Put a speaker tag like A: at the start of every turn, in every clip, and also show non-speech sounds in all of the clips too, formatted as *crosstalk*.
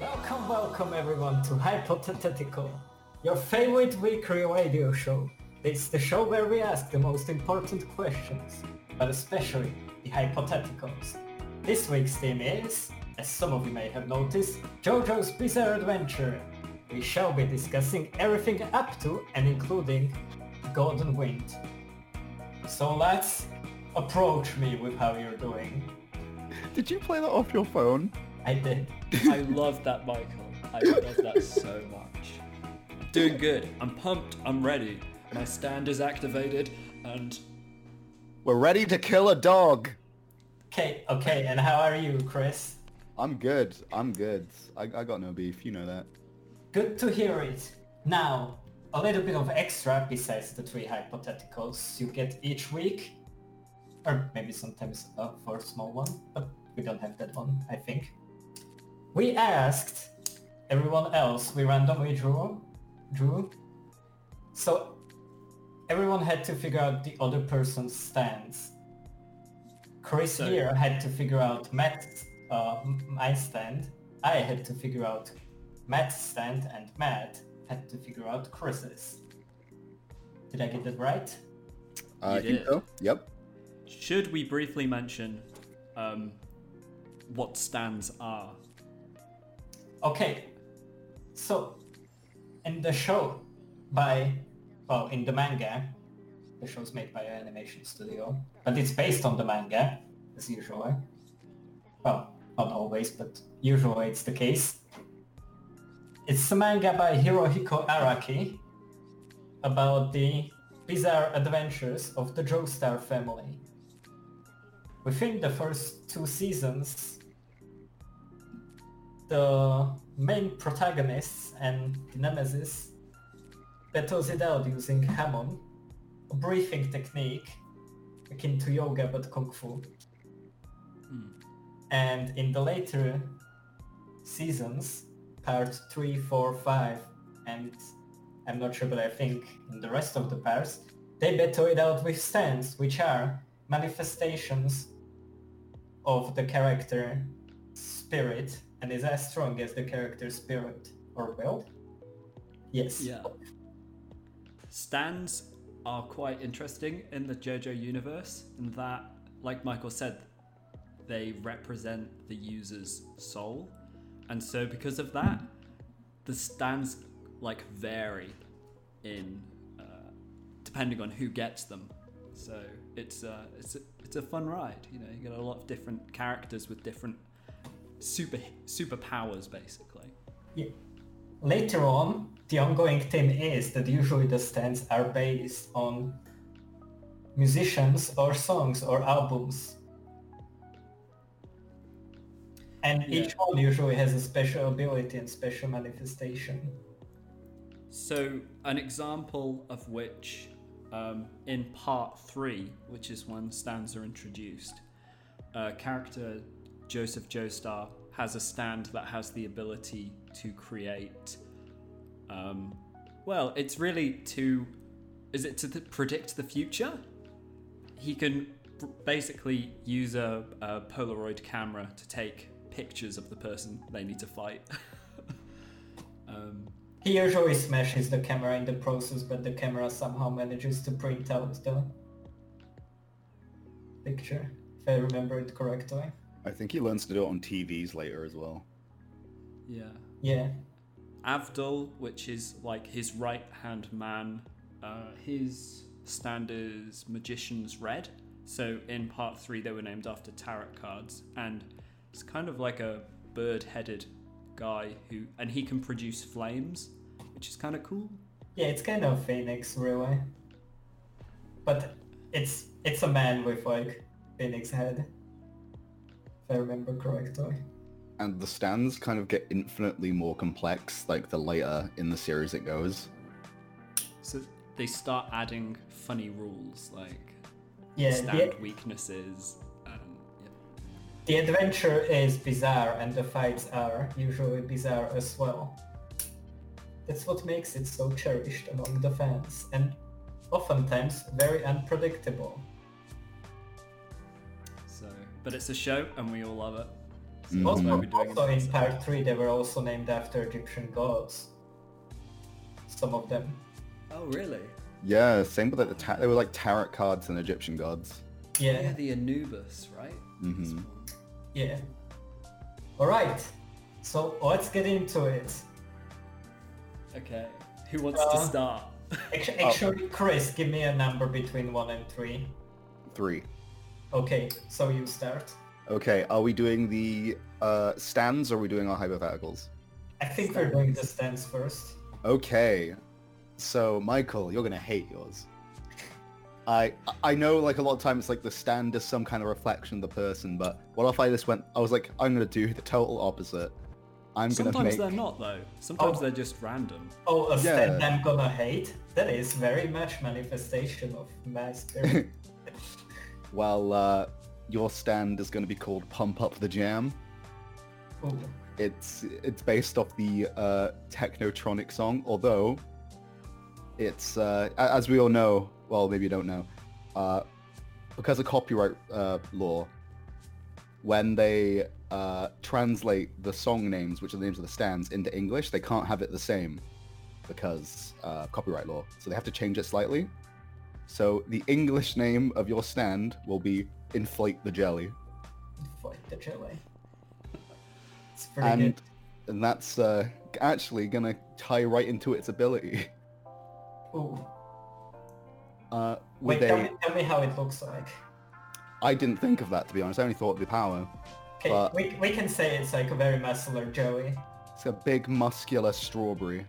A: Welcome, welcome everyone to Hypothetical, your favorite weekly radio show. It's the show where we ask the most important questions, but especially the hypotheticals. This week's theme is, as some of you may have noticed, JoJo's Bizarre Adventure. We shall be discussing everything up to and including Golden Wind. So let's approach me with how you're doing.
B: Did you play that off your phone?
A: I did.
C: I love that, Michael. I love that so much. Doing good. I'm pumped. I'm ready. My stand is activated, and
B: We're ready to kill a dog.
A: Okay, okay, and how are you, Chris?
B: I'm good. I'm good. I, I got no beef. You know that.
A: Good to hear it. Now, a little bit of extra besides the three hypotheticals you get each week, or maybe sometimes uh, for a small one, but we don't have that one, I think. We asked everyone else, we randomly drew, drew, so everyone had to figure out the other person's stance. Chris
C: So-
A: here had to figure out Matt's, uh, m- my stand. I had to figure out Matt's stand, and Matt had to figure out Chris's. Did I get that right?
B: Uh, I
C: You
B: think
C: did.
B: so. Yep.
C: should we briefly mention um, what stands are?
A: Okay. So, in the show, by well, in the manga, the show's made by an animation studio, but it's based on the manga, as usual. Well, not always, but usually it's the case. It's a manga by Hirohiko Araki about the bizarre adventures of the Joestar family. Within the first two seasons, the main protagonists and the nemesis battles it out using hamon, a breathing technique akin to yoga but kung fu. And in the later seasons, part 3, 4, 5, and I'm not sure, but I think in the rest of the parts, they battle it out with stands, which are manifestations of the character spirit and is as strong as the character spirit or will. Yes.
C: Yeah. Stands are quite interesting in the JoJo universe, in that, like Michael said, they represent the user's soul. And so, because of that, the stands like vary in uh, depending on who gets them. So it's uh, it's a, it's a fun ride. You know, you get a lot of different characters with different super superpowers, basically.
A: Yeah. Later on, the ongoing theme is that usually the stands are based on musicians or songs or albums. And each
C: Yeah.
A: one usually has a special ability and special manifestation.
C: So, an example of which um, in part three, which is when stands are introduced, uh, character Joseph Joestar has a stand that has the ability to create. Um, well, it's really to. Is it to th- predict the future? He can b- basically use a, a Polaroid camera to take pictures of the person they need to fight. *laughs* um,
A: He usually smashes the camera in the process, but the camera somehow manages to print out the picture, if I remember it correctly.
B: I think he learns to do it on TVs later as well.
C: yeah.
A: Yeah.
C: Avdol, which is like his right hand man, uh, his stand is Magician's Red. So in part three, they were named after tarot cards, and it's kind of like a bird headed guy who, and he can produce flames, which is kind of cool.
A: Yeah, it's kind of Phoenix, really. But it's it's a man with like Phoenix head, if I remember correctly.
B: And the stands kind of get infinitely more complex, like the later in the series it goes.
C: So they start adding funny rules like
A: Yeah,
C: stand
A: the,
C: weaknesses. And, yeah.
A: the adventure is bizarre and the fights are usually bizarre as well. That's what makes it so cherished among the fans and oftentimes very unpredictable.
C: So, but it's a show, and we all love it. So that's why
A: Also,
C: we're doing
A: also in
C: it.
A: part 3 they were also named after Egyptian gods. Some of them.
C: Oh, really?
B: Yeah, same with like the ta- they were like tarot cards and Egyptian gods.
C: Yeah,
A: Yeah,
C: the Anubis, right?
B: Mhm.
A: yeah. Alright, so let's get into it.
C: Okay. Who wants to
A: Uh,
C: start?
A: Actu-
B: Oh.
A: Actually, Chris, give me a number between 1 and 3.
B: Three.
A: Okay, so you start.
B: Okay, are we doing the uh, stands or are we doing our hypotheticals?
A: I think we're doing the stands first.
B: Okay, so Michael, you're gonna hate yours. I I know like a lot of times it's like the stand is some kind of reflection of the person, but what if I just went? I was like, I'm gonna do the total opposite. I'm gonna
C: Sometimes
B: make.
C: they're not, though. Sometimes
A: Oh.
C: they're just random.
A: Oh, a stand
B: Yeah.
A: I'm gonna hate? That is very much manifestation of my
B: *laughs*
A: spirit.
B: Well, uh, your stand is gonna be called Pump Up the Jam.
A: Ooh.
B: It's it's based off the uh, Technotronic song, although it's uh, a- as we all know. Well, maybe you don't know, uh, because of copyright uh, law, when they uh, translate the song names, which are the names of the stands, into English, they can't have it the same because uh, copyright law. So they have to change it slightly. So the English name of your stand will be Inflate the Jelly.
A: Fight the jelly. It's pretty
B: and
A: good.
B: and that's uh, actually gonna tie right into its ability. *laughs*
A: Ooh.
B: Uh,
A: Wait,
B: with
A: tell,
B: a,
A: me, tell me how it looks like.
B: I didn't think of that to be honest. I only thought of the power.
A: Okay,
B: But-
A: we, we can say it's like a very muscular Joey.
B: It's a big muscular strawberry.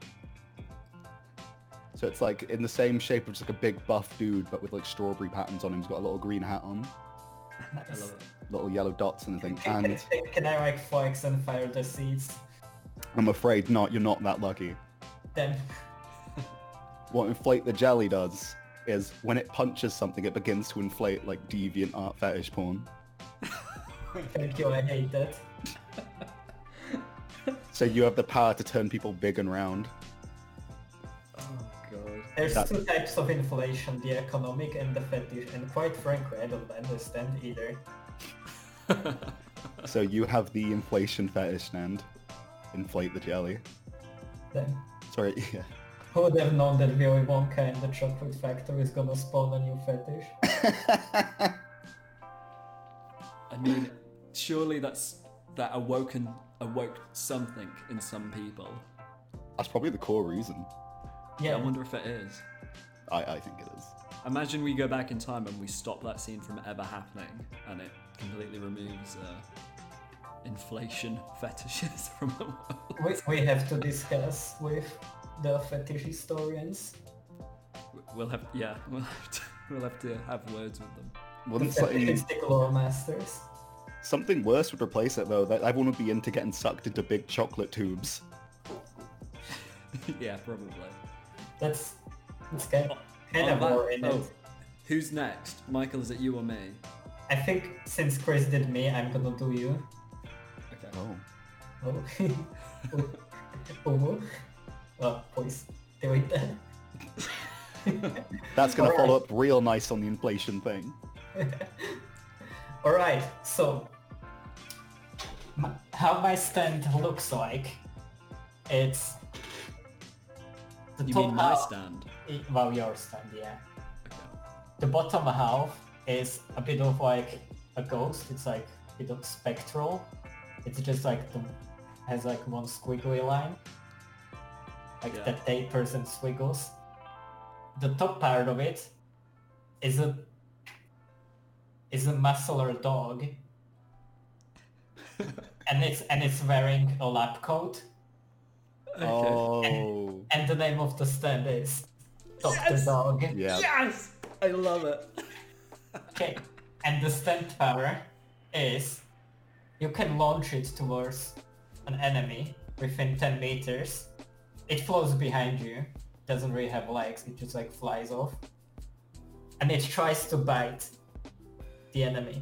B: So it's like in the same shape of just like a big buff dude, but with like strawberry patterns on him. He's got a little green hat on,
C: I
A: Nice.
C: love it.
B: little yellow dots and
A: *laughs*
B: everything.
A: Can,
B: And
A: can, can I like flex and fire the seeds?
B: I'm afraid not. You're not that lucky.
A: Then, *laughs*
B: What inflate the jelly does is when it punches something, it begins to inflate like deviant art fetish porn.
A: thank you, I hate that.
B: So you have the power to turn people big and round.
C: Oh, God.
A: There's
B: That-
A: two types of inflation, the economic and the fetish, and quite frankly, I don't understand either.
B: So you have the inflation fetish, Nand. Inflate the jelly.
A: Then,
B: Sorry, *laughs* yeah.
A: who would have known that Willy Wonka and the Chocolate Factory is gonna spawn a new fetish?
C: I mean, surely that's that awoken awoke something in some people.
B: That's probably the core reason.
C: I
A: Yeah,
C: wonder if it is.
B: I, I think it is.
C: Imagine we go back in time and we stop that scene from ever happening, and it completely removes uh, inflation *laughs* fetishes from the world.
A: we, we have to discuss with the fetish historians.
C: We'll have yeah, we'll have to, we'll have to have words with them. *laughs*
B: Wouldn't something,
A: Fetishistic lore masters.
B: something worse would replace it though. That everyone would be into getting sucked into big chocolate tubes.
C: yeah, probably.
A: That's that's kind of, kind
C: On
A: of
C: that-
A: more in
C: oh,
A: it.
C: who's next? Michael, is it you or me?
A: I think since Chris did me, I'm gonna do you.
C: Okay.
B: Oh.
A: Oh. oh. Well, please do it then.
B: That's gonna
A: Alright.
B: follow up real nice on the inflation thing.
A: All right. So, m- how my stand looks like? It's the
C: You
A: top
C: mean my
A: half-
C: stand?
A: i- Well, your stand, yeah.
C: Okay.
A: The bottom half is a bit of like a ghost. It's like a bit of spectral. It's just like the has like one squiggly line, like
C: Yeah.
A: that tapers and squiggles. The top part of it is a is a muscular dog, and it's and it's wearing a lab coat.
B: Oh.
A: And the name of the stand is Doctor Dog.
B: Yeah.
C: Yes, I love it.
A: Okay, and the stand power is you can launch it towards an enemy within 10 meters. It flows behind you, doesn't really have legs, it just like flies off. And it tries to bite the enemy.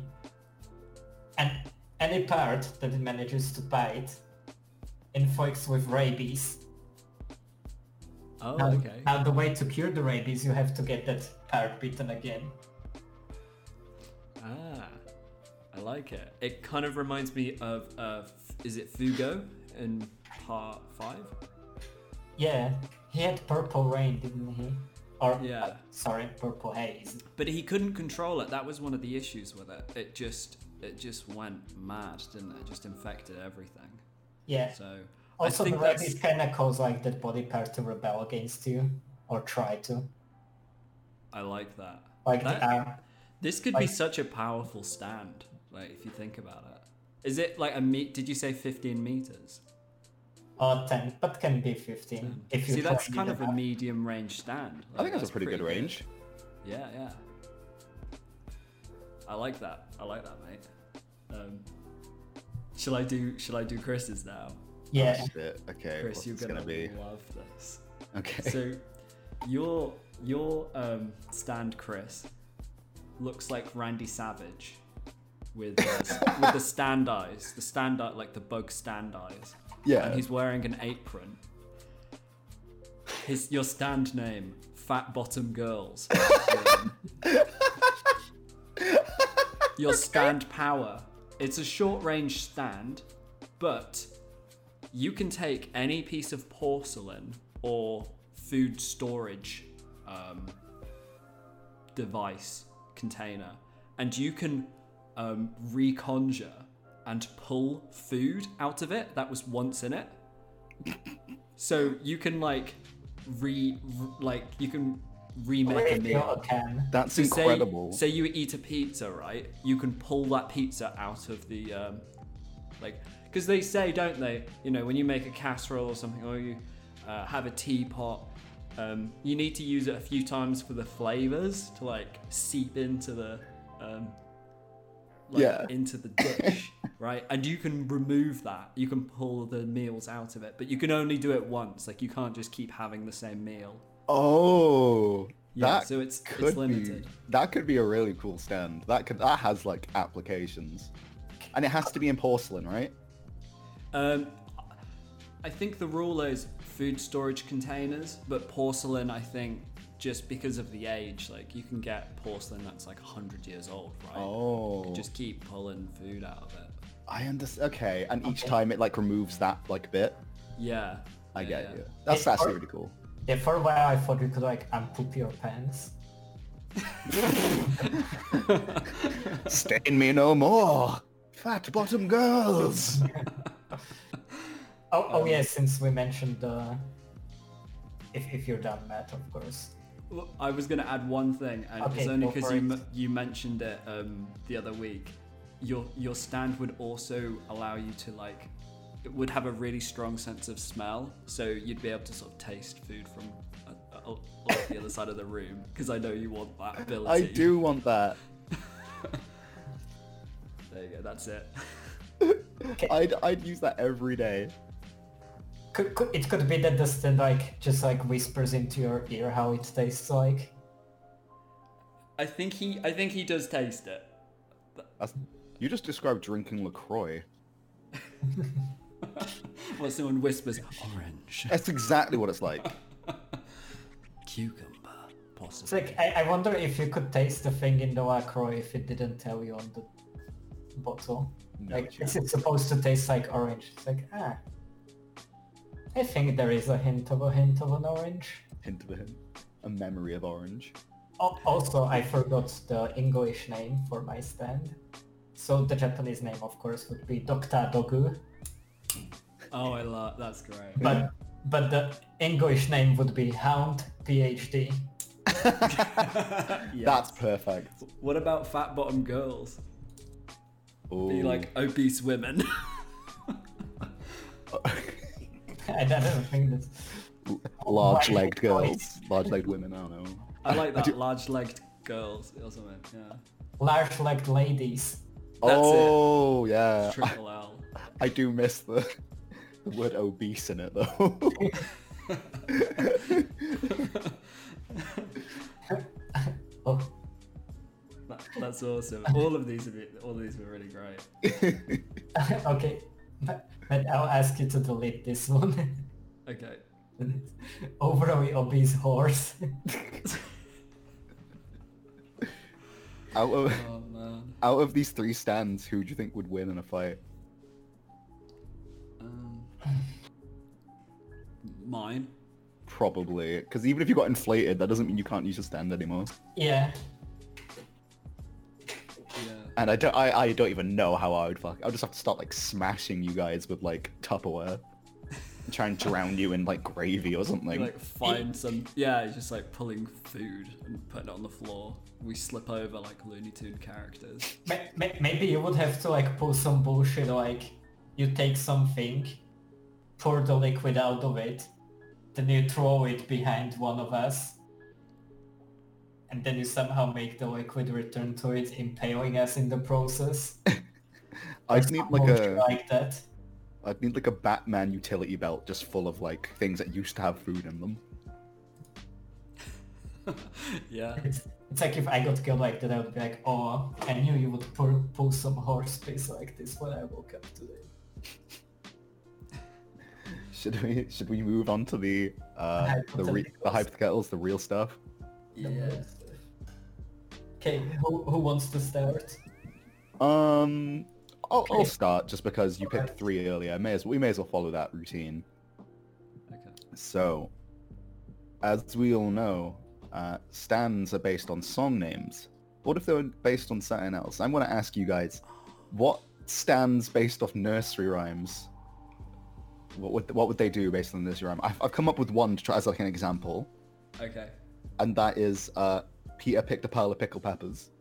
A: And any part that it manages to bite inflicts with rabies.
C: Oh,
A: Now,
C: okay.
A: now the way to cure the rabies, you have to get that part bitten again.
C: Ah, I like it. It kind of reminds me of, uh, f- is it Fugo in part five?
A: Yeah, he had purple rain, didn't he? Or
C: Yeah.
A: uh, sorry, purple haze.
C: But he couldn't control it. That was one of the issues with it. It just, it just went mad, didn't it? It just infected everything.
A: Yeah.
C: So
A: also, the
C: I think that's
A: rabbit kind of caused like that body part to rebel against you or try to.
C: I like that.
A: Like uh,
C: That-
A: the arm.
C: This could be
A: like-
C: such a powerful stand, like if you think about it. Is it like a meet? Did you say fifteen meters?
A: Or 10, oh, but can be 15 if you
C: See, that's
A: try
C: kind
A: it
C: of a
A: enough.
C: medium range stand.
B: I think that's, a pretty, good range.
C: Yeah, yeah. I like that. I like that, mate. Um, shall I do? Shall I do Chris's now?
A: Yeah,
B: Shit, Okay,
C: Chris,
B: what's
C: you're
B: this gonna,
C: gonna,
B: be?
C: love this.
B: Okay.
C: So, your your um, stand, Chris, looks like Randy Savage with uh, with the stand eyes, the stand eye, like the bug stand eyes,
B: yeah.
C: and he's wearing an apron. His your stand name, Fat Bottom Girls. Um, your stand power. It's a short range stand, but you can take any piece of porcelain or food storage um, device container, and you can um, reconjure and pull food out of it that was once in it. so you can like re, re- like you can remake a
A: if you
C: meal.
A: can.
B: That's
C: So say-
B: incredible.
C: Say, you eat a pizza, right? You can pull that pizza out of the, um, like, because they say, don't they? You know, when you make a casserole or something, or you uh, have a teapot, um, you need to use it a few times for the flavors to like seep into the, um, like,
B: Yeah.
C: into
B: *laughs*
C: the dish, right? And you can remove that. You can pull the meals out of it, but you can only do it once. Like, you can't just keep having the same meal.
B: oh,
C: Yeah,
B: that
C: so it's
B: could
C: it's
B: be.
C: limited.
B: That could be a really cool stand. That could that has like applications, and it has to be in porcelain, right?
C: Um, I think the rule is food storage containers, but porcelain. I think just because of the age, like you can get porcelain that's like hundred years old, right?
B: Oh,
C: Just keep pulling food out of it.
B: I understand. Okay, and each
A: Okay.
B: time it like removes that like bit.
C: Yeah.
B: I
C: yeah,
B: get
C: yeah.
B: you. That's
A: It's
B: actually
A: hard-
B: really cool.
A: Yeah, for a while I thought you could like unpoop your pants.
B: Stain me no more, fat bottom
C: *laughs*
B: girls.
A: Oh,
C: Um,
A: oh yeah, since we mentioned the... If, if you're done, Matt, of course.
C: Well, I was going to add one thing, and it's
A: Okay,
C: only
A: go
C: because
A: for
C: you,
A: it.
C: m- you mentioned it um, the other week. Your your stand would also allow you to like, it would have a really strong sense of smell, so you'd be able to sort of taste food from uh, uh, like the other side of the room. Because I know you want that ability.
B: I do want that.
C: There you go. That's it. *laughs*
B: I'd I'd use that every day.
A: Could, could, it could be that the stand like just like whispers into your ear how it tastes like.
C: I think he I think he does taste it.
B: That's, you just described drinking Lacroix.
C: Well, someone whispers
A: *laughs*
C: orange,
B: That's exactly what it's
C: *laughs*
B: like.
C: cucumber,
A: It's
C: possibly.
A: like I, I wonder if you could taste the thing in the Lacroix if it didn't tell you on the bottle.
B: No
A: like
B: chance.
A: is it supposed to taste like orange? It's like ah. I think there is a hint of a hint of an orange.
B: Hint of a hint. A memory of orange.
A: Oh, also, I forgot the English name for my stand. So the Japanese name, of course, would be Doctor Dogu,
B: Mm-hmm.
C: Oh, I love. That's great.
A: but but the English name would be Hound PhD.
B: *laughs*
C: *laughs* Yes.
B: That's perfect.
C: What about fat bottom girls? Be
B: Ooh.
C: like obese women.
A: *laughs*
C: *laughs*
A: I don't think that's
C: uh,
B: large legged
A: Why- why-
B: girls. Large legged women, I don't know.
C: I like that.
B: do-
C: Large legged girls or something. Yeah.
A: large-legged ladies. *laughs*
C: That's it.
B: oh yeah. I,
C: Triple L.
B: *laughs* I do miss the the word obese in it though. *laughs*
A: Oh,
C: That- that's awesome. All of these, are, be- all of these were really great.
A: *laughs* okay. But I'll ask you to delete this one. *laughs*
C: Okay.
A: Overly obese horse.
B: Out of
C: Oh man.
B: out of these three stands, who do you think would win in a fight?
C: Um, mine.
B: Probably, because even if you got inflated, that doesn't mean you can't use your stand anymore.
A: *laughs* Yeah.
C: Yeah.
B: And I don't, I, I don't even know how I would fuck. I'll just have to start like smashing you guys with like Tupperware, and try and drown you in like gravy or something.
C: Like find some. Yeah, it's just like pulling food and putting it on the floor. We slip over like Looney Tune characters. *laughs*
A: Ma- ma- Maybe you would have to like pull some bullshit like you take something, pour the liquid out of it, then you throw it behind one of us, and then you somehow make the liquid return to it, impaling us in the process.
B: I
A: Or
B: would need
A: some
B: *laughs* like
A: bullshit
B: a,
A: like that.
B: would need like a Batman utility belt just full of like things that used to have food in them. *laughs*
C: yeah.
A: It's, it's like if I got killed like that, I would be like, oh, I knew you would pull, pull some horse piss like this when I woke up today.
B: Should we, should we move on to the, uh, the re- the hypotheticals, the real stuff?
C: Yeah.
A: Okay, who, who wants to start?
B: Um, I'll, I'll
A: Okay.
B: start just because you picked
A: Alright.
B: three earlier. May as we may as well follow that routine.
C: Okay.
B: So, as we all know, uh, stands are based on song names. What if they were based on something else? I'm going to ask you guys, what stands based off nursery rhymes? What would what would they do based on nursery rhyme? I've, I've come up with one to try as like an example,
C: Okay. *laughs*
B: and that is uh, Peter picked a pile of pickle peppers.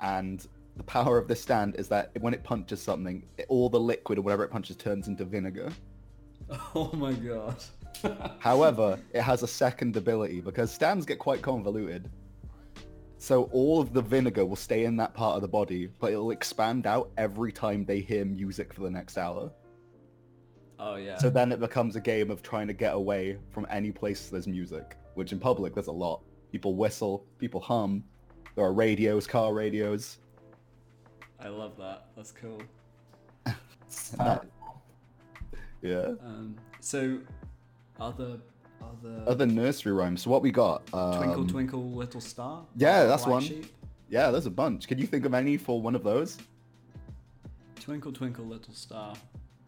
B: And the power of this stand is that when it punches something, it, all the liquid or whatever it punches turns into vinegar.
C: Oh my god. *laughs*
B: However, it has a second ability because stands get quite convoluted. So all of the vinegar will stay in that part of the body, but it'll expand out every time they hear music for the next hour.
C: oh yeah.
B: So then it becomes a game of trying to get away from any place there's music, which in public there's a lot. People whistle, people hum, there are radios, car radios.
C: I love that. That's cool.
B: That- yeah.
C: Um, so, other, other.
B: Other nursery rhymes. So what we got? Um,
C: twinkle, twinkle, little star.
B: yeah, that's
C: Black
B: one.
C: Sheep.
B: Yeah, there's a bunch. Can you think of any for one of those?
C: Twinkle, twinkle, little star.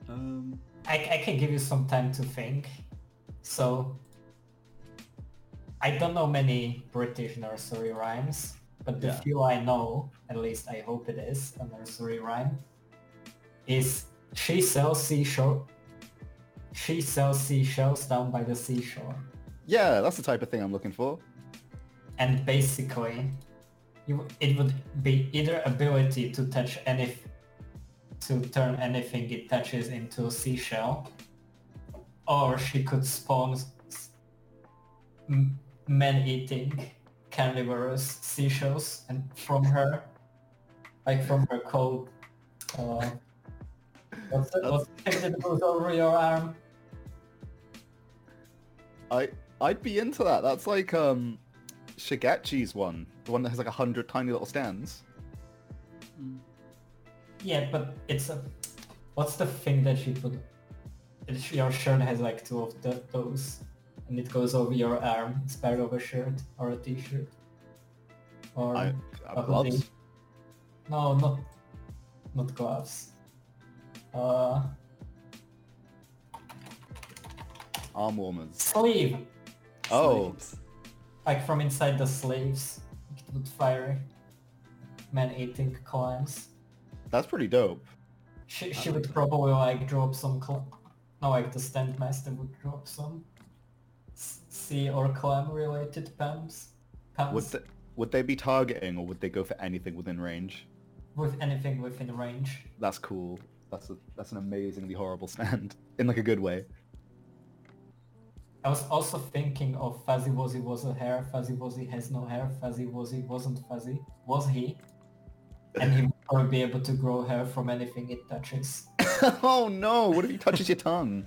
C: Um,
A: I, I can give you some time to think. So, I don't know many British nursery rhymes, but the
B: Yeah.
A: few I know, at least I hope it is a nursery rhyme, is she sells seashore. She sells seashells down by the seashore.
B: Yeah, that's the type of thing I'm looking for.
A: and basically you, it would be either ability to touch any to turn anything it touches into a seashell or she could spawn s- s- m- man-eating carnivorous seashells and from her like from her cold uh, what's the, what's the thing that goes over your arm
B: I I'd be into that. That's like um Shigechi's one, the one that has like a hundred tiny little stands.
A: Yeah, but it's a. What's the thing that she put? It's, your shirt has like two of the, those, and it goes over your arm. It's part of a shirt or a t-shirt. Or
B: I,
A: a
B: I
A: hoodie.
B: gloves.
A: No, not not gloves. Uh,
B: arm warmers.
A: sleeve,
B: Oh,
C: sleeves.
A: like from inside the sleeves, it would fire man-eating clams.
B: that's pretty dope.
A: She,
C: I
A: she
C: like
A: would
C: that.
A: probably like drop some, cl- no, like the stand master would drop some s- sea or clam related pams, pams
B: Would
A: with,
B: they, would they be targeting or would they go for anything within range?
A: anything within range.
B: That's cool. That's a, that's an amazingly horrible *laughs* stand in like a
A: *laughs*
B: good way.
A: I was also thinking of Fuzzy Wuzzy was a hair, Fuzzy Wuzzy has no hair, Fuzzy Wuzzy wasn't fuzzy, was he? And he would probably be able to grow hair from anything it touches.
B: oh no! What if he touches your tongue?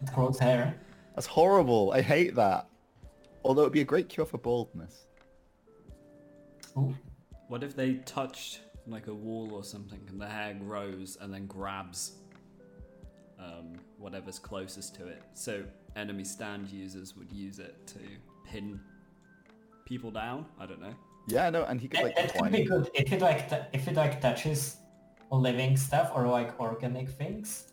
A: It grows hair.
B: That's horrible. I hate that. Although it'd be a great cure for baldness.
A: Ooh.
C: What if they touched like a wall or something, and the hair grows and then grabs um, whatever's closest to it? So enemy stand users would use it to pin people down. I don't know.
B: Yeah, no, and he could
A: That,
B: like
A: that could
B: climb.
A: be good if it like t- if it like touches living stuff or like organic things,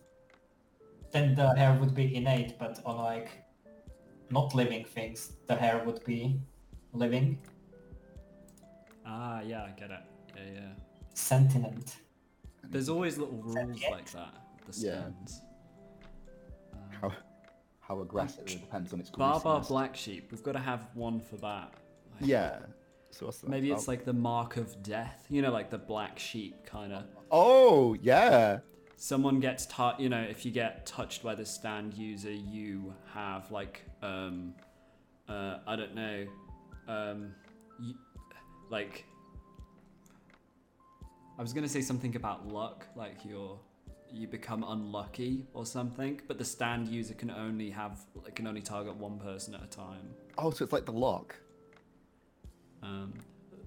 A: then the hair would be innate. But on like not living things, the hair would be living,
C: Ah, yeah, I get it. Yeah, yeah.
A: sentient.
C: There's always little rules
A: it?
C: like that. The
B: Yeah.
C: stands.
B: How, how aggressive it depends on its
C: Barbar
B: greasiness.
C: Black Sheep. We've got to have one for that. Like,
B: Yeah. *laughs* So what's that? Oh.
C: Maybe it's
B: Bar-
C: like the mark of death. You know, like the black sheep kind of.
B: Oh yeah.
C: Someone gets touched. You know, if you get touched by the stand user, you have like um, uh, I don't know, um, you, like. I was gonna say something about luck, like you're you become unlucky or something, but the stand user can only have can only target one person at a time.
B: Oh, so it's like the lock.
C: Um,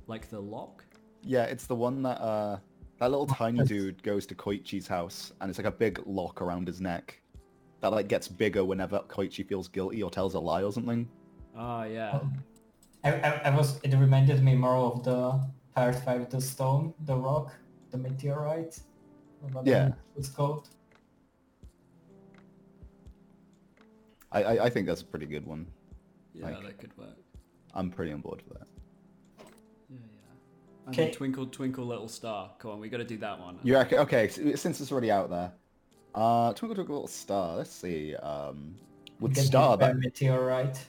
C: like the lock.
B: Yeah, it's the one that uh that
C: Oh,
B: little tiny dude goes to Koichi's house and it's like a big lock around his neck. That like gets bigger whenever Koichi feels guilty or tells a lie or something.
C: Oh yeah.
A: I, I, I was. It reminded me more of the part five, the stone, the rock, the meteorite. or whatever
B: Yeah.
A: It's called.
B: I, I, I think that's a pretty good one.
C: Yeah,
B: Like-
C: that could work.
B: I'm pretty on board with that.
C: Yeah, yeah. Okay.
A: Okay.
C: Twinkle, twinkle, little star. Come on, we got to do that one.
B: You reckon? Okay, s- since it's already out there, uh, Twinkle Twinkle Little Star. Let's see. Um, would
A: Get
B: Star
A: hit by
B: that?
A: meteorite.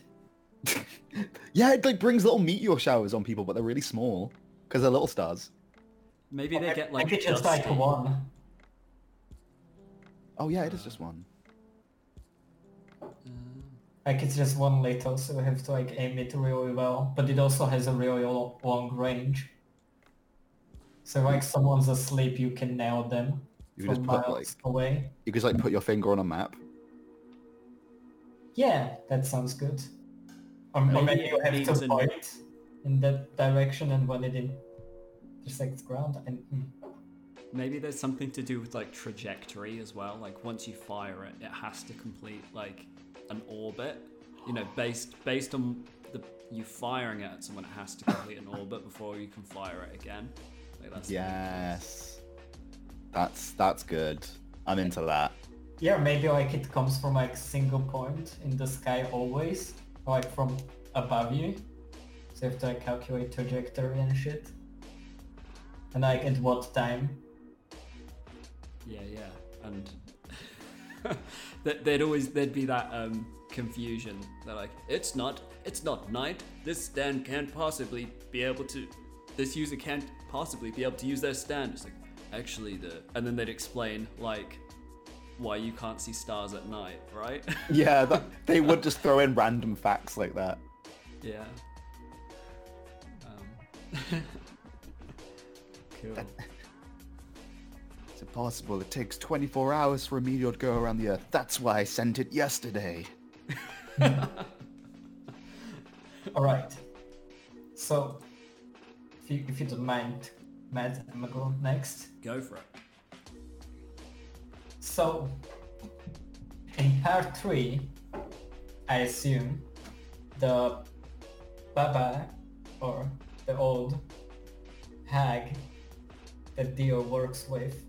B: Yeah, it like brings little meteor showers on people, but they're really small because they're little stars.
C: Maybe they get like
A: Maybe just like
C: dusty.
A: one.
B: Oh yeah, it is just one.
A: Like it's just one little, so you have to like aim it really well. But it also has a really lo- long range. So like someone's asleep, you can nail them
B: Hmm. You
A: from
B: can just
A: miles
B: put like
A: away.
B: you could just like put your finger on a map.
A: Yeah, that sounds good. Or
C: Maybe
A: maybe, you
C: it
A: have
C: needs
A: to
C: a-
A: point in that direction, and when it in- intersects ground, and mm,
C: Maybe there's something to do with like trajectory as well. Like once you fire it, it has to complete like an orbit. You know, based based on the you firing it at someone, it has to complete an orbit before you can fire it again. Like that's
B: Yes, that's that's good. I'm into that.
A: yeah, maybe like it comes from like single point in the sky always, or, like from above you. So you have to like calculate trajectory and shit. And like at what time
C: Yeah, yeah, and *laughs* that there'd always there'd be that um, confusion. They're like, it's not, it's not night. This stand can't possibly be able to. This user can't possibly be able to use their stand. It's like, actually, the and then they'd explain like why you can't see stars at night, right?
B: *laughs*
C: *laughs*
B: Yeah, that, they would just throw in random facts like that.
C: yeah. Um. *laughs* cool.
B: It's impossible. It takes 24 hours for a meteor to go around the Earth. That's why I sent it yesterday.
A: All right. So, if you, if you don't mind, Matt, I'm gonna go next.
C: Go for it.
A: So, in part three, I assume the Baba or the old hag that Dio works with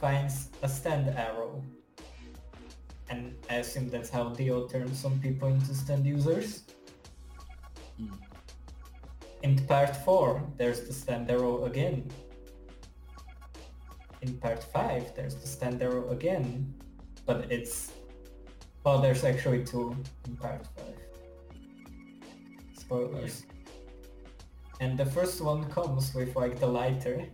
A: finds a stand arrow. And I assume that's how Dio turns some people into stand users. In part 4, there's the stand arrow again. In part 5, there's the stand arrow again. But it's... Well, there's actually two in part 5. Spoilers. And the first one comes with like the lighter.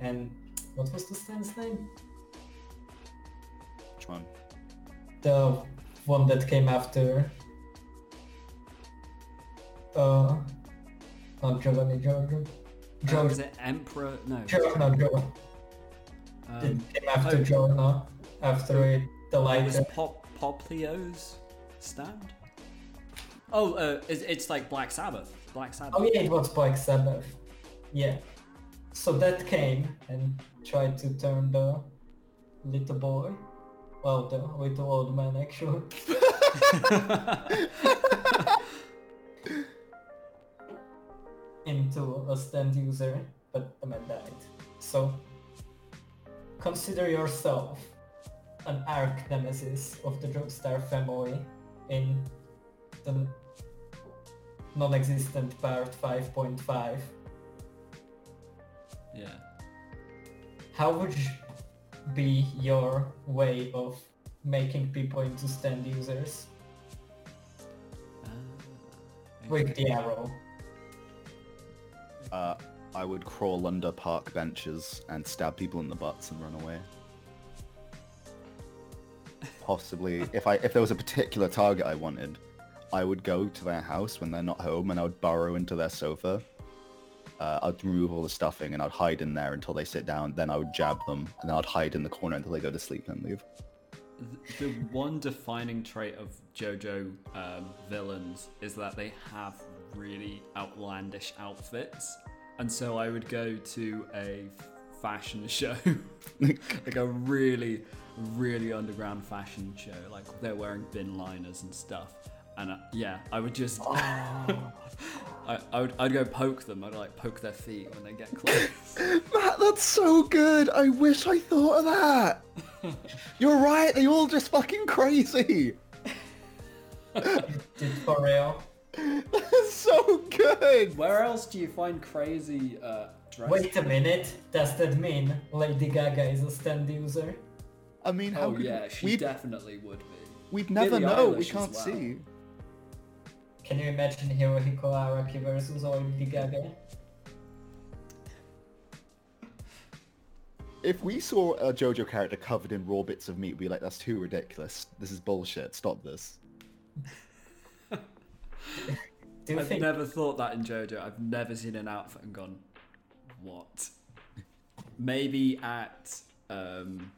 A: And what was the stand's name?
B: Which one?
A: The one that came after... Uh... Not Giovanni Giorgio.
C: Uh,
A: Giorgio.
C: was it Emperor? No.
A: Giorno, Giorno.
C: Um,
A: It came after
C: Pope.
A: Giorno, after it, the
C: It was
A: lighter.
C: Pop Poplio's stand. Oh, uh, it's, it's like Black Sabbath. Black Sabbath.
A: Oh yeah, it was Black Sabbath. Yeah. So that came and tried to turn the little boy, well, the little old man actually, *laughs* into a stand user, but the man died. So consider yourself an arch nemesis of the Joestar family in the non-existent part 5.5.
C: Yeah.
A: How would be your way of making people into stand users
C: Ah,
A: with
C: okay.
A: the arrow?
B: Uh, I would crawl under park benches and stab people in the butts and run away. Possibly, if I if there was a particular target I wanted, I would go to their house when they're not home and I would burrow into their sofa. Uh, I'd remove all the stuffing and I'd hide in there until they sit down. Then I would jab them and then I'd hide in the corner until they go to sleep and leave.
C: Th- the one defining trait of JoJo um, villains is that they have really outlandish outfits, and so I would go to a fashion *laughs* show, like a really, really underground fashion show. Like they're wearing bin liners and stuff, and uh, yeah, I would just, *laughs* I, I would, I'd go poke them. I'd like poke their feet when they
B: *laughs*
C: get close.
B: Matt, that's so good. I wish I thought of that. You're right. They all just fucking crazy. *laughs*
A: Did for real?
B: That's so good.
C: Where else do you find crazy uh, dress?
A: Wait a minute, does that mean Lady Gaga is a stand user?
B: I mean, how
C: Oh
B: could
C: yeah, she
B: we?
C: definitely would be.
B: We'd never
C: Billie
B: know. We
C: Eilish as
B: can't
C: well.
B: see.
A: Can you imagine Hirohiko Araki versus Lady Gaga?
B: If we saw a JoJo character covered in raw bits of meat, we'd be like, "That's too ridiculous. This is bullshit. Stop this."
A: Do you
C: I've
A: think
C: never thought that in JoJo. I've never seen an outfit and gone, what? *laughs* Maybe at, um,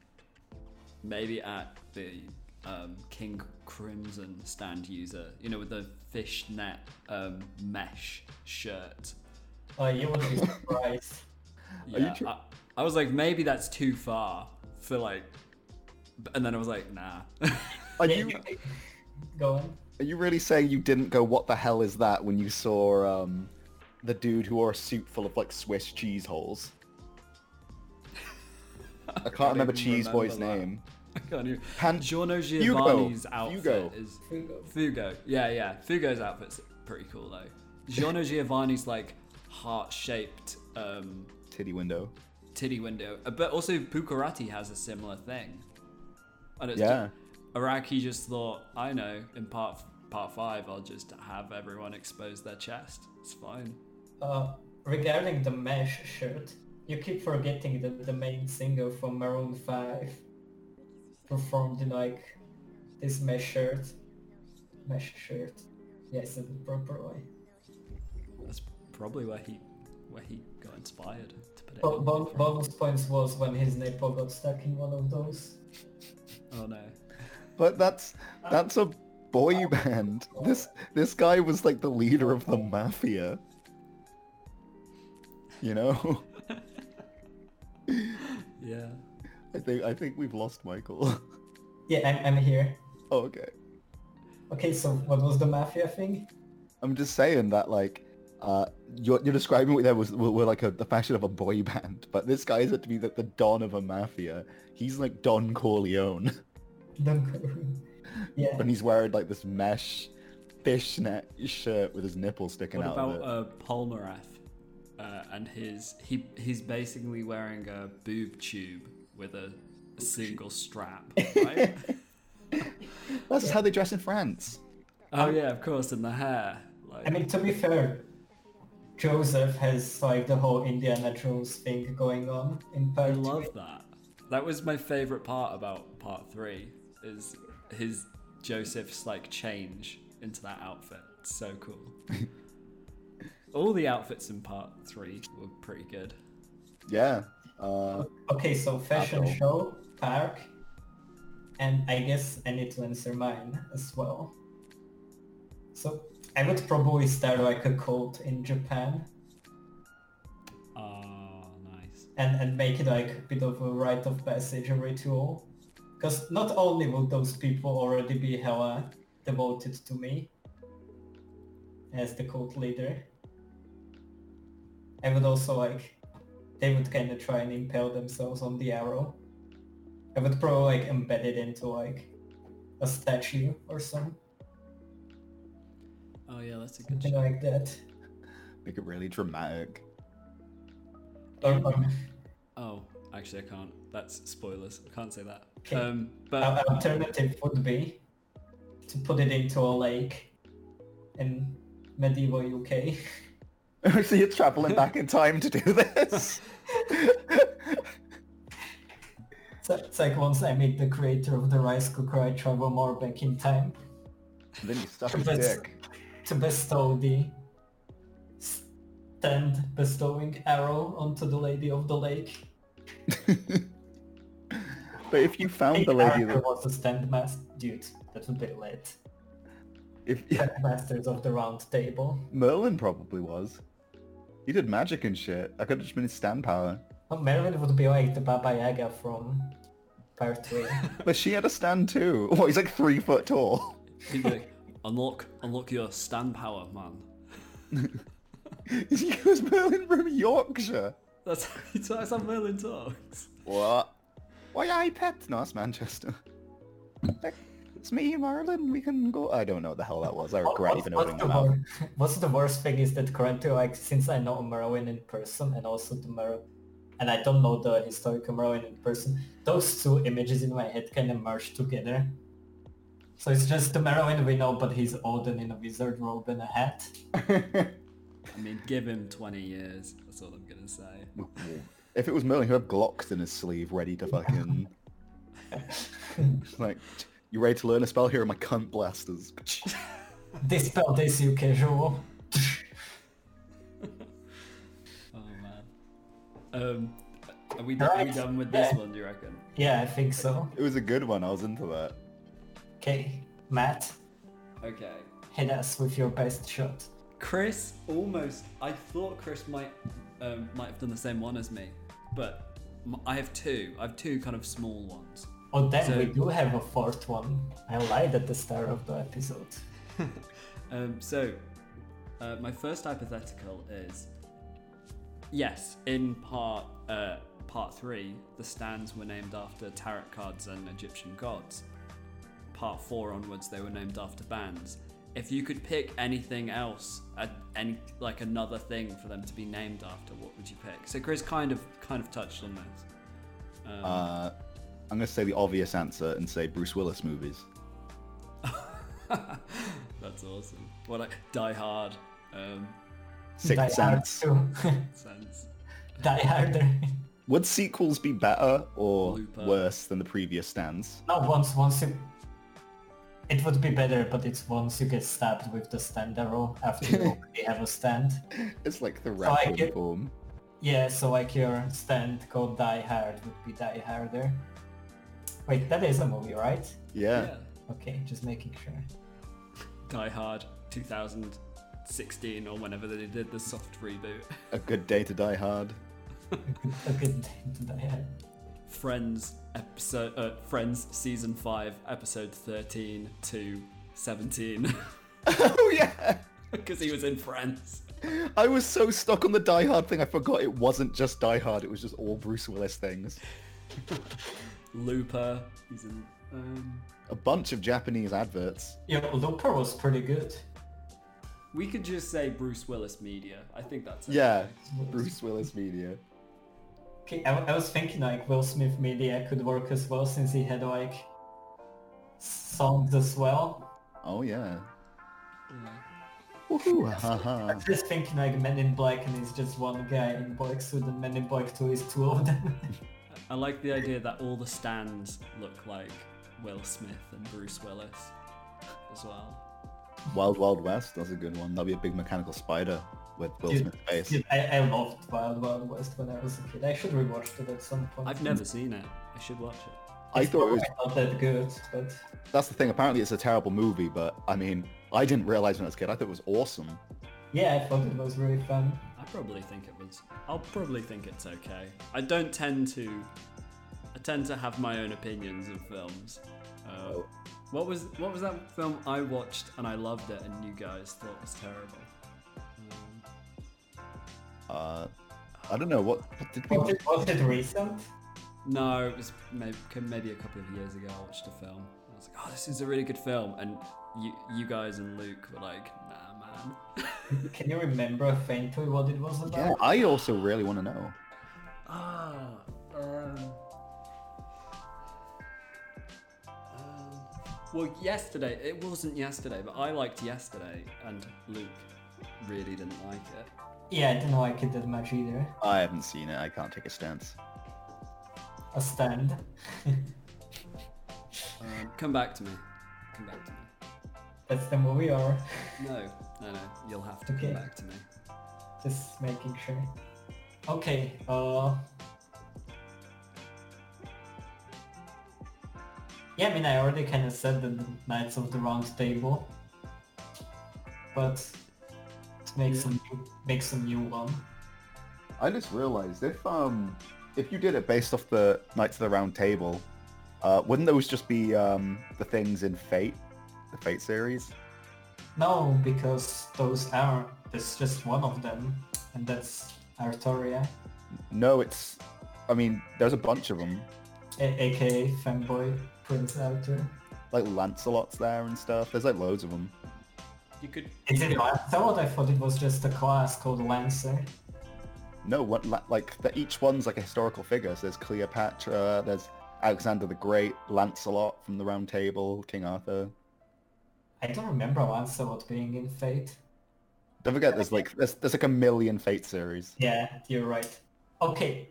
C: maybe at the um, King Crimson stand user, you know, with the fishnet um, mesh shirt.
A: oh, you would be surprised?
B: you
C: Yeah,
B: tr-
C: I, I was like, maybe that's too far for like, b- and then I was like, nah. *laughs*
B: Are
A: Yeah,
B: you
A: you- Go on.
B: are you really saying you didn't go? What the hell is that? When you saw um, the dude who wore a suit full of like Swiss cheese holes. I can't remember
C: even
B: Cheese Boy's
C: remember that.
B: name.
C: I can't even.
B: Pan-
C: Giorno
B: Fugo.
C: Giovanni's outfit
B: Fugo.
C: is
A: Fugo.
C: Fugo. Yeah, yeah. Fugo's outfit's pretty cool though. Giorno Giovanni's like heart-shaped um,
B: Titty window.
C: titty window, Uh, but also Bukarati has a similar thing. And it's
B: Yeah.
C: just, Araki just thought, I know. In part part five, I'll just have everyone expose their chest. It's fine.
A: Uh, regarding the mesh shirt, you keep forgetting that the main singer from Maroon 5 performed in like this mesh shirt. Mesh shirt. Yes, in the proper way.
C: That's probably where he where he got inspired to put it.
A: Bo-
C: in
A: bon-
C: from.
A: bonus points was when his nipple got stuck in one of those.
C: Oh no.
B: But that's that's a boy band. This this guy was like the leader of the mafia. You know? *laughs*
C: Yeah.
B: I think I think we've lost Michael. *laughs*
A: Yeah, I'm, I'm here.
B: Oh, okay.
A: Okay, so what was the mafia thing? *laughs*
B: I'm just saying that like uh you're, you're describing what there was were, were like a, the fashion of a boy band, but this guy is said to be the, the don of a mafia. He's like Don Corleone, *laughs*
A: Don't go- yeah.
B: and he's wearing like this mesh fishnet shirt with his nipple sticking
C: What
B: out of
C: about
B: it.
C: uh, Polnareff uh, and his he he's basically wearing a boob tube with a, a single strap,
A: *laughs*
C: right?
B: That's how they dress in France.
C: oh yeah, of course, and the hair. Like,
A: I mean, to be fair, Joseph has like the whole Indiana Jones thing going on in
C: I
A: part
C: love
A: two.
C: that. That was my favorite part about part three is his Joseph's like change into that outfit. It's so
A: *laughs*
C: cool. All the outfits in part three were pretty good.
B: Yeah. Uh,
A: Okay, so fashion
B: Apple.
A: show, park, and I guess I need to answer mine as well. So I would probably start like a cult in Japan
C: Ah, nice.
A: and, and make it like a bit of a rite of passage, a ritual. Because not only would those people already be hella devoted to me as the cult leader, I would also like, they would kind of try and impale themselves on the arrow. I would probably like embed it into like a statue or some-
C: Oh yeah, that's a good
A: something
C: shot.
A: like that.
B: Make it really dramatic. *laughs*
A: Or, or
C: Oh, actually, I can't. That's spoilers. I can't say that.
A: Okay.
C: Um, but
A: Al-
C: *laughs*
A: alternative would be to put it into a lake in medieval UK.
B: so you're traveling back in time to do *laughs* this.
A: *laughs* It's like- It's like once I meet the creator of the rice cooker, I travel more back in time
B: then you stuck his
A: That's-
B: dick.
A: to bestow the stand bestowing arrow onto the lady of the lake.
B: But if you found
A: If
B: the lady,
A: Arthur
B: that,
A: was a stand master, dude, that would be lit.
B: if yeah,
A: Masters of the Round Table.
B: Merlin probably was. He did magic and shit. I could have just been his stand power.
A: Well, Merlin would be like the Baba Yaga from Part 3.
B: But she had a stand too. *laughs* What? He's like three foot tall. *laughs*
C: he'd be like, unlock, unlock your stand power, man.
B: he was Merlin from Yorkshire.
C: That's how, he talks, that's how Merlin talks.
B: What? Why I pet? No, that's Manchester. *laughs* Like, It's me, Merlin. We can go. I don't know what the hell that was. I regret even opening
A: the
B: my mouth.
A: wor- *laughs* what's the worst thing is that currently, like, since I know Merlin in person and also the Mer- and I don't know the historical Merlin in person, those two images in my head kind of merge together. So it's just the Merlin we know, but he's Odin in a wizard robe and a hat.
C: I mean, give him 20 years. That's all I'm going to say.
B: If it was Merlin, he'd have Glocks in his sleeve, ready to fucking *laughs* like. You ready to learn a spell? Here are my cunt blasters.
A: Dispel this, you casual.
C: Oh, man. Um, are we, are we done with this one, do you reckon?
A: Yeah, I think so.
B: It was a good one. I was into that.
A: Okay, Matt,
C: Okay.
A: hit us with your best shot.
C: Chris almost. I thought Chris might um, might have done the same one as me, but m- I have two. I have two kind of small ones.
A: Oh, then
C: So-
A: we do have a fourth one. I lied at the start of the episode.
C: Um, so, uh, my first hypothetical is yes, in part uh, part three, the stands were named after tarot cards and Egyptian gods. Part four onwards, they were named after bands. If you could pick anything else, a, any like another thing for them to be named after, what would you pick? So Chris kind of kind of touched on this. Um,
B: Uh, I'm gonna say the obvious answer and say Bruce Willis movies.
C: That's awesome. Well, like Die Hard, um,
B: Sixth Sense.
A: Hard too. *laughs*
C: sense.
A: Die Harder.
B: Would sequels be better or
C: Looper.
B: worse than the previous stands?
A: *laughs* no, once, once you... It would be better, but it's once you get stabbed with the stand arrow after *laughs* you already have a stand.
B: It's like the
A: I
B: rap
A: get-
B: form.
A: Yeah, so like your stand called Die Hard would be Die Harder. Wait, that is a movie, right?
B: Yeah.
C: yeah.
A: Okay, just making sure. *laughs*
C: Die Hard 2016 or whenever they did the soft reboot. *laughs*
B: A good day to die hard. *laughs*
A: A good day to Die Hard.
C: Friends episode uh, Friends season 5 episode 13 to *laughs* 17
B: oh yeah.
C: because he was in Friends.
B: I was so stuck on the Die Hard thing, I forgot it wasn't just Die Hard. It was just all Bruce Willis things.
C: Looper, he's in um
B: A bunch of Japanese adverts.
A: Yeah, Looper was pretty good.
C: we could just say Bruce Willis Media. I think that's it.
B: Yeah, Bruce Willis media.
A: Okay, I, I was thinking like Will Smith media could work as well since he had like songs as well.
B: Oh yeah.
C: Yeah.
B: Woohoo! ha, ha.
A: I'm just thinking like Men in Black and it's just one guy in black suit and Men in Black 2 is two of them.
C: I like the idea that all the stands look like Will Smith and Bruce Willis as well.
B: Wild Wild West. That's a good one. That'll be a big mechanical spider with Will
A: Dude,
B: Smith's face.
A: Dude, *laughs* I, I loved Wild Wild West when I was a kid. I should rewatch it at some point.
C: I've never seen it. I should watch it.
B: I
A: It's
B: thought it was.
A: probably not that good, but
B: That's the thing. Apparently, it's a terrible movie, but I mean, I didn't realize when I was a kid. I thought it was awesome.
A: yeah, I thought it was really fun.
C: I probably think it was. I'll probably think it's okay. I don't tend to. I tend to have my own opinions of films. Uh, what was what was that film I watched and I loved it and you guys thought was terrible? Um,
B: Uh, I don't know what, what did we.
A: Was it, was it recent?
C: No, it was maybe, maybe a couple of years ago. I watched a film. I was like, oh, this is a really good film. And you, you guys and Luke were like, nah, man.
A: Can you remember faintly what it was
B: Yeah,
A: about?
B: I also really want to know.
C: Ah, um, um, well, yesterday it wasn't yesterday, but I liked yesterday, and Luke really didn't like it.
A: Yeah, I didn't like it that much either.
B: I haven't seen it. I can't take a stance.
A: A stand. *laughs*
C: Um, come back to me. Come back to me.
A: That's the movie or
C: No, no, no. You'll have to
A: Okay.
C: come back to me.
A: just making sure. Okay, uh... Yeah, I mean, I already kind of said the Knights of the Round Table. But... let's Make some, new- make some new one.
B: I just realized if um if you did it based off the Knights of the Round Table, uh, wouldn't those just be um the things in Fate, the Fate series?
A: No, because those are... There's just one of them, and that's Artoria,
B: No, it's. I mean, there's a bunch of them.
A: a- aka Fanboy Prince Arthur.
B: Like Lancelot's there and stuff. There's like loads of them.
C: You could.
A: Is it Lancer? What I thought it was just a class called Lancer.
B: No, what, la- like the, each one's like a historical figure. So there's Cleopatra, there's Alexander the Great, Lancelot from the Round Table, King Arthur.
A: I don't remember Lancelot being in Fate.
B: Don't forget, there's like there's, there's like a million Fate series.
A: Yeah, you're right. Okay,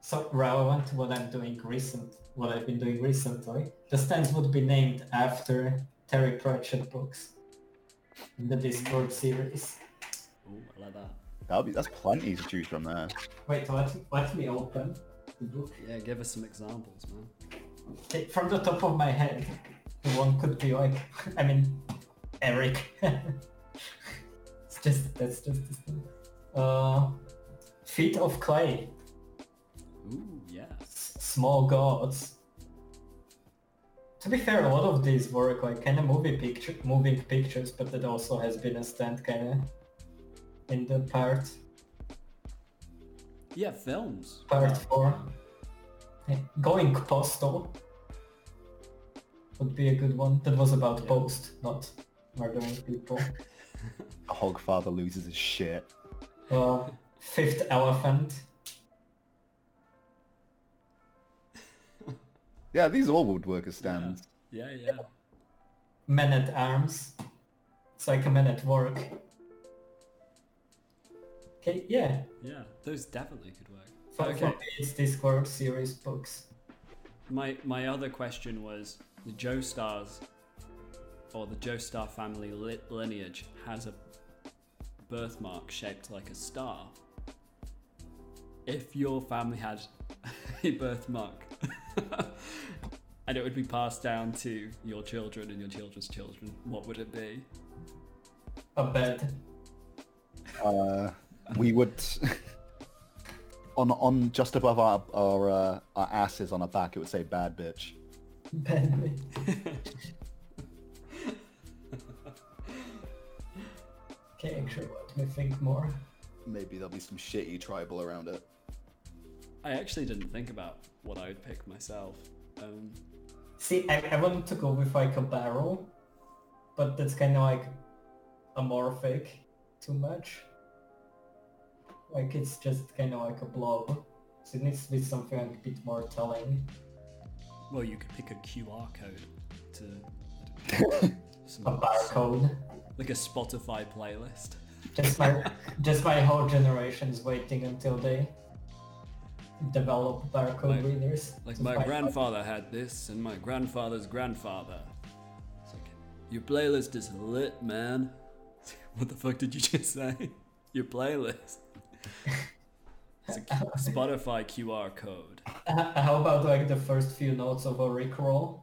A: so relevant to what I'm doing recent, what I've been doing recently, the stands would be named after Terry Pratchett books in the Discord series.
C: Ooh, I like that.
B: That'll be that's plenty to choose from there.
A: Wait, let, let me open the book.
C: Yeah, give us some examples, man.
A: Okay, From the top of my head, the one could be like, *laughs* I mean, Eric. *laughs* it's just, that's just the thing. Uh, Feet of Clay,
C: Ooh, yeah.
A: s- small gods. To be fair, a lot of these work like kind of movie picture, moving pictures, but that also has been a stand kind of in the part
C: Yeah, films.
A: part four. Eh, Going postal would be a good one. That was about
C: Yeah.
A: post, not murdering people.
B: Hogfather loses his shit.
A: Uh, fifth elephant.
B: Yeah, these all would work as stands.
C: Yeah, yeah.
A: Men at Arms. It's like a man at work. Okay, yeah.
C: Yeah, those definitely could work.
A: For, for me, it's Discord series books.
C: My my other question was the Joestars or the Joestar family li- lineage has a birthmark shaped like a star. If your family had *laughs* a birthmark *laughs* and it would be passed down to your children and your children's children, what would it be?
A: A bed. *laughs*
B: Uh, we would *laughs* on on just above our our uh, our asses on our back. It would say "bad bitch."
A: Bed. okay, actually, let me think more.
B: Maybe there'll be some shitty tribal around it.
C: I actually didn't think about what I would pick myself. Um,
A: See, I, I wanted to go with like a barrel, but that's kind of like amorphic too much. Like it's just kind of like a blob. So it needs to be something like a bit more telling.
C: well, you could pick a QR code to some,
A: A barcode.
C: like a Spotify playlist.
A: Just my just my whole generation's waiting until they develop barcode
C: Like-
A: readers.
C: Like
A: to
C: my
A: find-
C: grandfather had this, and my grandfather's grandfather. It's like, your playlist is lit, man. *laughs* What the fuck did you just say? *laughs* Your playlist. *laughs* It's a Q- Spotify QR code.
A: Uh, How about like the first few notes of a Rickroll?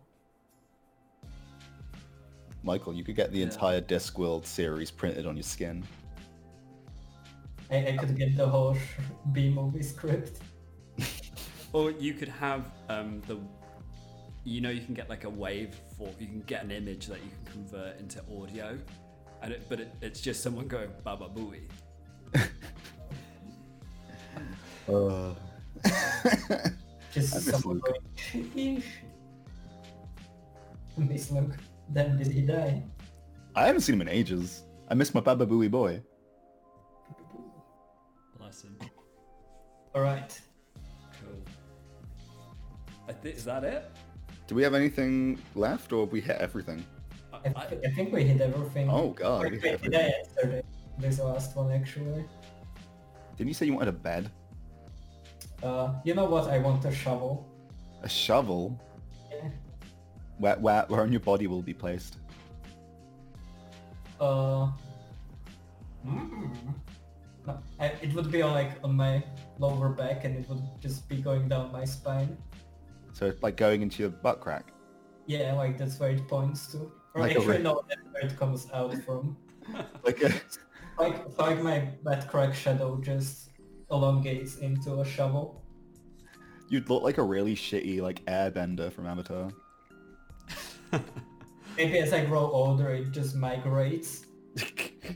B: Michael, you could get the
C: Yeah.
B: entire Discworld series printed on your skin.
A: I, I could get the whole sh- B movie script.
C: Or you could have um, the, you know, you can get like a wave for, you can get an image that you can convert into audio, and it, but it, it's just someone going baba booey.
B: Uh,
A: Just
B: I miss
A: someone
B: Luke.
A: going, "Sheesh." Miss Luke. Then did he die?
B: I haven't seen him in ages. I miss my Baba Booey boy.
C: Bless him.
A: All right.
C: Cool. I thi- is that it?
B: Do we have anything left, or have we hit everything?
C: I-
A: I,
C: I-
A: thi- I think we hit everything.
B: Oh god,
A: Or
B: we hit
A: we did
B: everything.
A: yesterday. This last one actually.
B: Didn't you say you wanted a bed?
A: Uh, you know what? I want a shovel.
B: A shovel?
A: Yeah.
B: Where, where, where on your body will be placed?
A: Uh. Mm. No, I, it would be on, like on my lower back, and it would just be going down my spine.
B: So it's like going into your butt crack.
A: Yeah, like that's where it points to. Or
B: Like
A: actually,
B: over-
A: no, that's where it comes out from.
B: Like uh, a,
A: Like, like my butt crack shadow just elongates into a shovel.
B: you'd look like a really shitty like airbender from Avatar.
A: Maybe as I grow older, it just
B: *laughs*
A: migrates.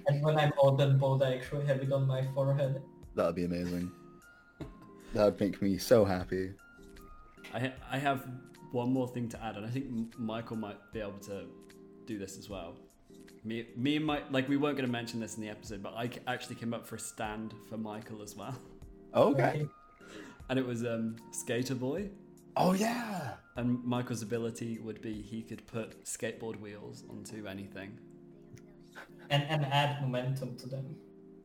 A: And when I'm old and bald, I actually have it on my forehead.
B: that would be amazing. That would make me so happy.
C: I, I have one more thing to add, and I think M- Michael might be able to do this as well. Me, me and Mike, like we weren't going to mention this in the episode, but I c- actually came up for a stand for Michael as well, *laughs*
B: Okay.
A: Like,
C: and it was um, Skater Boy.
B: Oh yeah.
C: And Michael's ability would be he could put skateboard wheels onto anything.
A: And, and add momentum to them.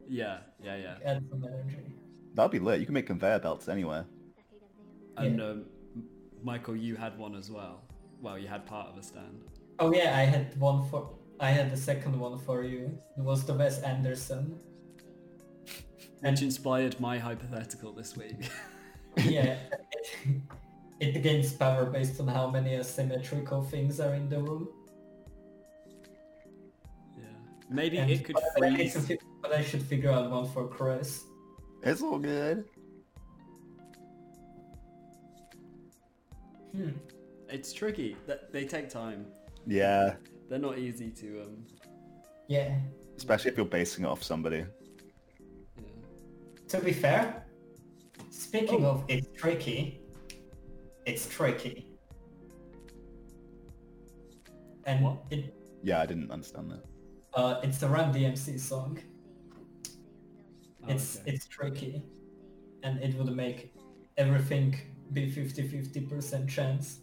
C: Yeah, yeah, yeah.
A: Add some energy.
B: That'd be lit. You can make conveyor belts anywhere.
C: And um, M- Michael, you had one as well. Well, you had part of a stand.
A: Oh yeah, I had one for... I had the second one for you. It was the Wes Anderson.
C: Which inspired my hypothetical this week. *laughs*
A: Yeah. *laughs* it gains power based on how many asymmetrical things are in the room.
C: yeah. Maybe
A: And-
C: it could
A: but I need to
C: freeze.
A: fi- But I should figure out one for Chris.
B: It's all good.
A: Hmm.
C: It's tricky. That they take time.
B: Yeah.
C: They're not easy to um.
A: Yeah.
B: Especially if you're basing it off somebody.
C: Yeah.
A: To be fair, speaking of it's tricky, it's tricky. And
C: What?
A: it
B: Yeah, I didn't understand that.
A: uh, it's a Run DMC song.
C: Oh,
A: It's
C: okay.
A: it's tricky, and it would make everything be 50-50% chance.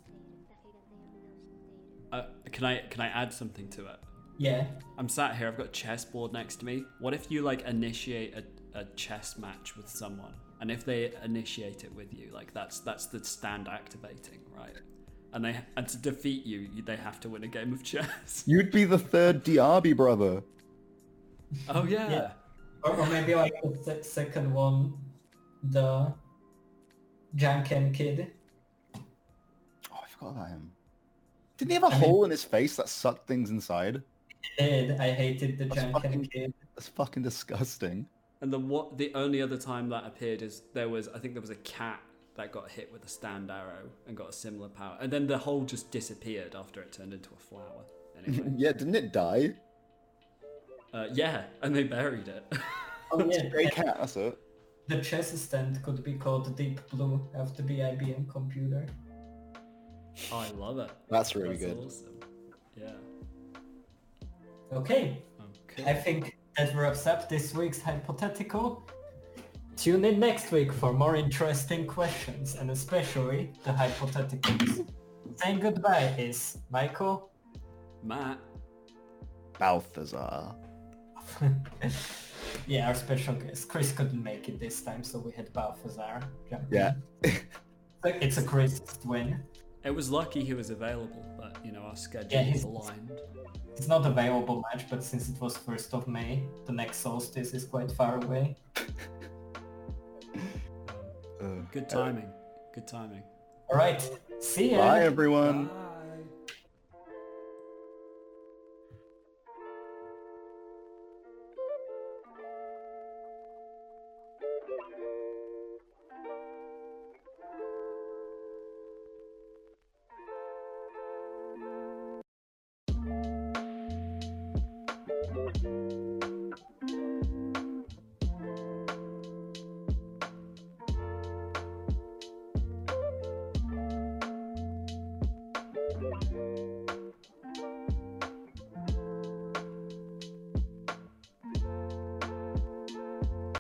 C: Uh, can I can I add something to it?
A: Yeah.
C: I'm sat here. I've got a chessboard next to me. What if you like initiate a, a chess match with someone, and if they initiate it with you, like that's that's the stand activating, right? And they and to defeat you, you they have to win a game of chess.
B: You'd be the third Diaby brother.
C: oh *laughs* yeah.
A: Yeah. Or, or maybe like the se- second one, the Janken kid.
B: Oh, I forgot about him. Didn't he have a
A: mean-
B: hole in his face that sucked things inside?
A: Did I hated the
B: That's fucking-
A: Janken kid?
B: That's fucking disgusting.
C: And the what the only other time that appeared is there was I think there was a cat that got hit with a stand arrow and got a similar power, and then the hole just disappeared after it turned into a flower. Anyway,
B: *laughs* *laughs* yeah, didn't it die?
C: uh, yeah, and they buried it. *laughs*
A: Oh
B: It's a grey
A: yeah.
B: cat, that's it.
A: The chess stand could be called Deep Blue after the IBM computer.
C: oh, I love it.
B: That's really
C: That's
B: good.
C: Awesome. Yeah.
A: Okay, I
C: Okay.
A: think that wraps up this week's hypothetical. Tune in next week for more interesting questions and especially the hypotheticals. Saying goodbye is Michael. *laughs*
C: Matt.
B: Balthazar.
A: yeah, our special guest. Chris couldn't make it this time, so we had Balthazar. jump in.
B: Yeah.
A: But It's a Chris win.
C: It was lucky he was available, but you know our schedule
A: Yeah,
C: is
A: he's-
C: aligned.
A: It's not available much, but since it was 1st of May, the next solstice is quite far away.
B: Uh,
C: Good timing. Good timing.
A: Alright, see ya!
B: Bye, everyone.
C: Bye.